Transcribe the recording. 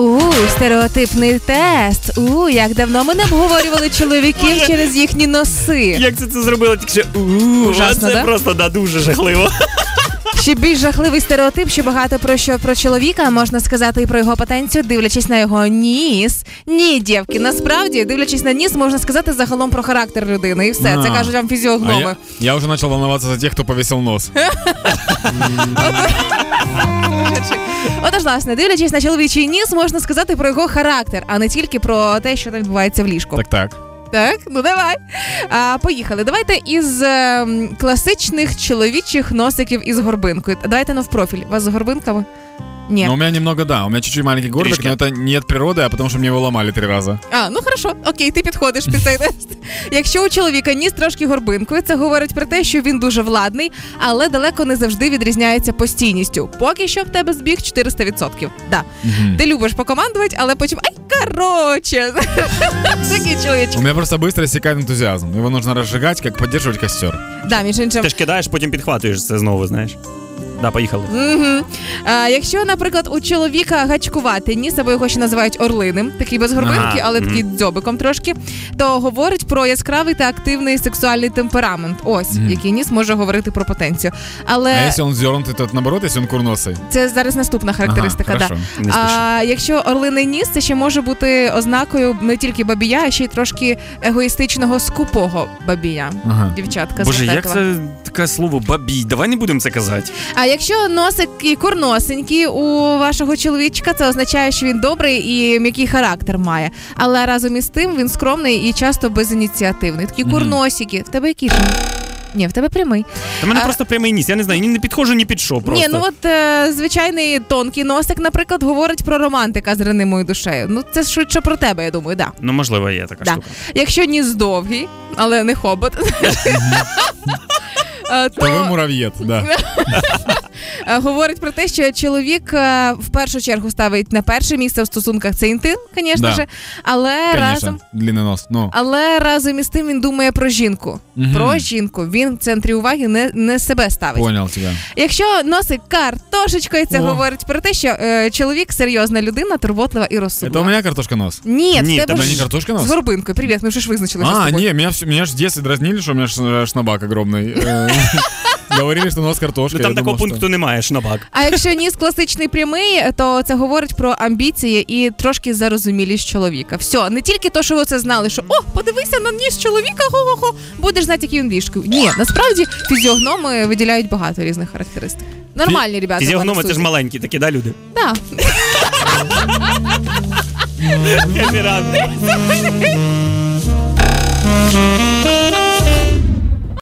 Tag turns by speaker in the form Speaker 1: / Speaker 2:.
Speaker 1: У, стереотипний тест. У, як давно ми не обговорювали чоловіків через їхні носи.
Speaker 2: Як це це зробила? Тільки що «У»,
Speaker 1: Ужасно,
Speaker 2: це
Speaker 1: да?
Speaker 2: просто да, дуже жахливо.
Speaker 1: Ще більш жахливий стереотип, що багато про що про чоловіка можна сказати і про його потенцію, дивлячись на його ніс. Ні, дівки, насправді, дивлячись на ніс, можна сказати загалом про характер людини. І все, це
Speaker 3: А.
Speaker 1: кажуть вам
Speaker 3: А
Speaker 1: фізіогноми.
Speaker 3: я, я уже начал волноваться за тех, кто повесил нос.
Speaker 1: Отож, власне, дивлячись на чоловічий ніс, можна сказати про його характер, а не тільки про те, що там відбувається в ліжку.
Speaker 3: Так, так.
Speaker 1: Так, ну давай. А, поїхали. Давайте із е, м, класичних чоловічих носиків із горбинкою. Давайте навпрофіль. Вас з горбинками? Ні.
Speaker 3: Но Ну, у меня немного, да, у меня чуть-чуть маленький горбик,
Speaker 2: Тришки.
Speaker 3: но это не от природы, а потому что мне его ломали три раза.
Speaker 1: А, ну хорошо, окей, ти підходиш під цей тест. Якщо у чоловіка ніс трошки горбинкою, це говорить про те, що він дуже владний, але далеко не завжди відрізняється постійністю. Поки що в тебе збіг 400%. Да.
Speaker 3: Мгм.
Speaker 1: Ти любиш покомандувати, але потім ай, короче. Такий
Speaker 3: У
Speaker 1: чоловічок.
Speaker 3: меня просто быстро иссякает энтузиазм. Его нужно разжигать, как поддерживать костер.
Speaker 1: Да, між іншим.
Speaker 2: Ти ж кидаєш, потім підхватуєш це знову, знаєш. Да, поїхали.
Speaker 1: Мгм. А, якщо, наприклад, у чоловіка гачкувати ніс, або його ще називають орлиним, такий без горбинки,
Speaker 2: Ага,
Speaker 1: але такий
Speaker 2: мгм.
Speaker 1: дзьобиком трошки, то говорить про яскравий та активний сексуальний темперамент. Ось
Speaker 3: Мгм.
Speaker 1: який ніс може говорити про потенцію. Але
Speaker 3: А если он зернутый, то это наоборот, если он курносый.
Speaker 1: це зараз наступна характеристика.
Speaker 3: Ага,
Speaker 1: да.
Speaker 3: хорошо.
Speaker 2: Не спіши.
Speaker 1: А якщо орлиний ніс, це ще може бути ознакою не тільки бабія, а ще й трошки егоїстичного скупого бабія.
Speaker 3: Ага.
Speaker 1: Дівчатка з
Speaker 2: Боже, як
Speaker 1: Вертепова.
Speaker 2: це таке слово бабій? Давай не будемо це казати.
Speaker 1: А якщо носик і курносенький у вашого чоловічка, це означає, що він добрий і м'який характер має. Але разом із тим він скромний і часто безініціативний. Такі
Speaker 3: Мгм.
Speaker 1: курносики. В тебе який? прямий? Ні, в тебе прямий.
Speaker 2: Та в мене
Speaker 1: А-
Speaker 2: просто прямий ніс. Я не знаю, ні не підходжу, ні під що просто.
Speaker 1: Ні, ну от е, звичайний тонкий носик, наприклад, говорить про романтика з ранимою душею. Ну це швидше про тебе, я думаю, да.
Speaker 2: Ну, можливо, є така
Speaker 1: Да.
Speaker 2: штука.
Speaker 1: Якщо ніс довгий, але не хобот. е,
Speaker 3: То вы муравьед, да.
Speaker 1: Е, говорить про те, що чоловік е, в першу чергу ставить на перше місце в стосунках це інтим, звісно
Speaker 3: Да.
Speaker 1: ж, але разом. А,
Speaker 3: Конечно, длинный нос. Ну,
Speaker 1: Але разом із тим він думає про жінку.
Speaker 3: Мгм.
Speaker 1: Про жінку він в центрі уваги не, не себе ставить.
Speaker 3: понял тебя.
Speaker 1: Типа. Якщо носить картошечкою, це
Speaker 3: О.
Speaker 1: говорить про те, що е, чоловік серйозна людина, турботлива і
Speaker 3: Это у
Speaker 1: розсудлива.
Speaker 3: меня картошка нос.
Speaker 1: Ні,
Speaker 2: Ні,
Speaker 1: в тебе
Speaker 2: тебе
Speaker 3: Да не
Speaker 1: ж
Speaker 3: картошка
Speaker 1: з
Speaker 3: нос?
Speaker 1: горбинкою. Привіт, ми вже ж визначилися. з
Speaker 3: А,
Speaker 1: тобою.
Speaker 3: не, меня, всё- меня же в детстве дразнили, что у меня ш- э, шнабак огромный. Э, Говорили, что нос картошка.
Speaker 2: Ну там
Speaker 3: Я думал,
Speaker 2: такого
Speaker 3: что-
Speaker 2: пункту немає, шнабак.
Speaker 1: А якщо ніс класичний прямий, то це говорить про амбіції і трошки зарозумілість чоловіка. Все, не тільки то, що ви це знали, що о, подивися на ніс чоловіка, го-го-го, будеш знати, який він ліжкою. Ні, насправді фізіогноми виділяють багато різних характеристик. Нормальні ребята.
Speaker 2: Фізіогноми
Speaker 1: пане
Speaker 2: це ж
Speaker 1: Сузі.
Speaker 2: маленькі, такі, да, люди?
Speaker 1: Да.
Speaker 2: Я не радий.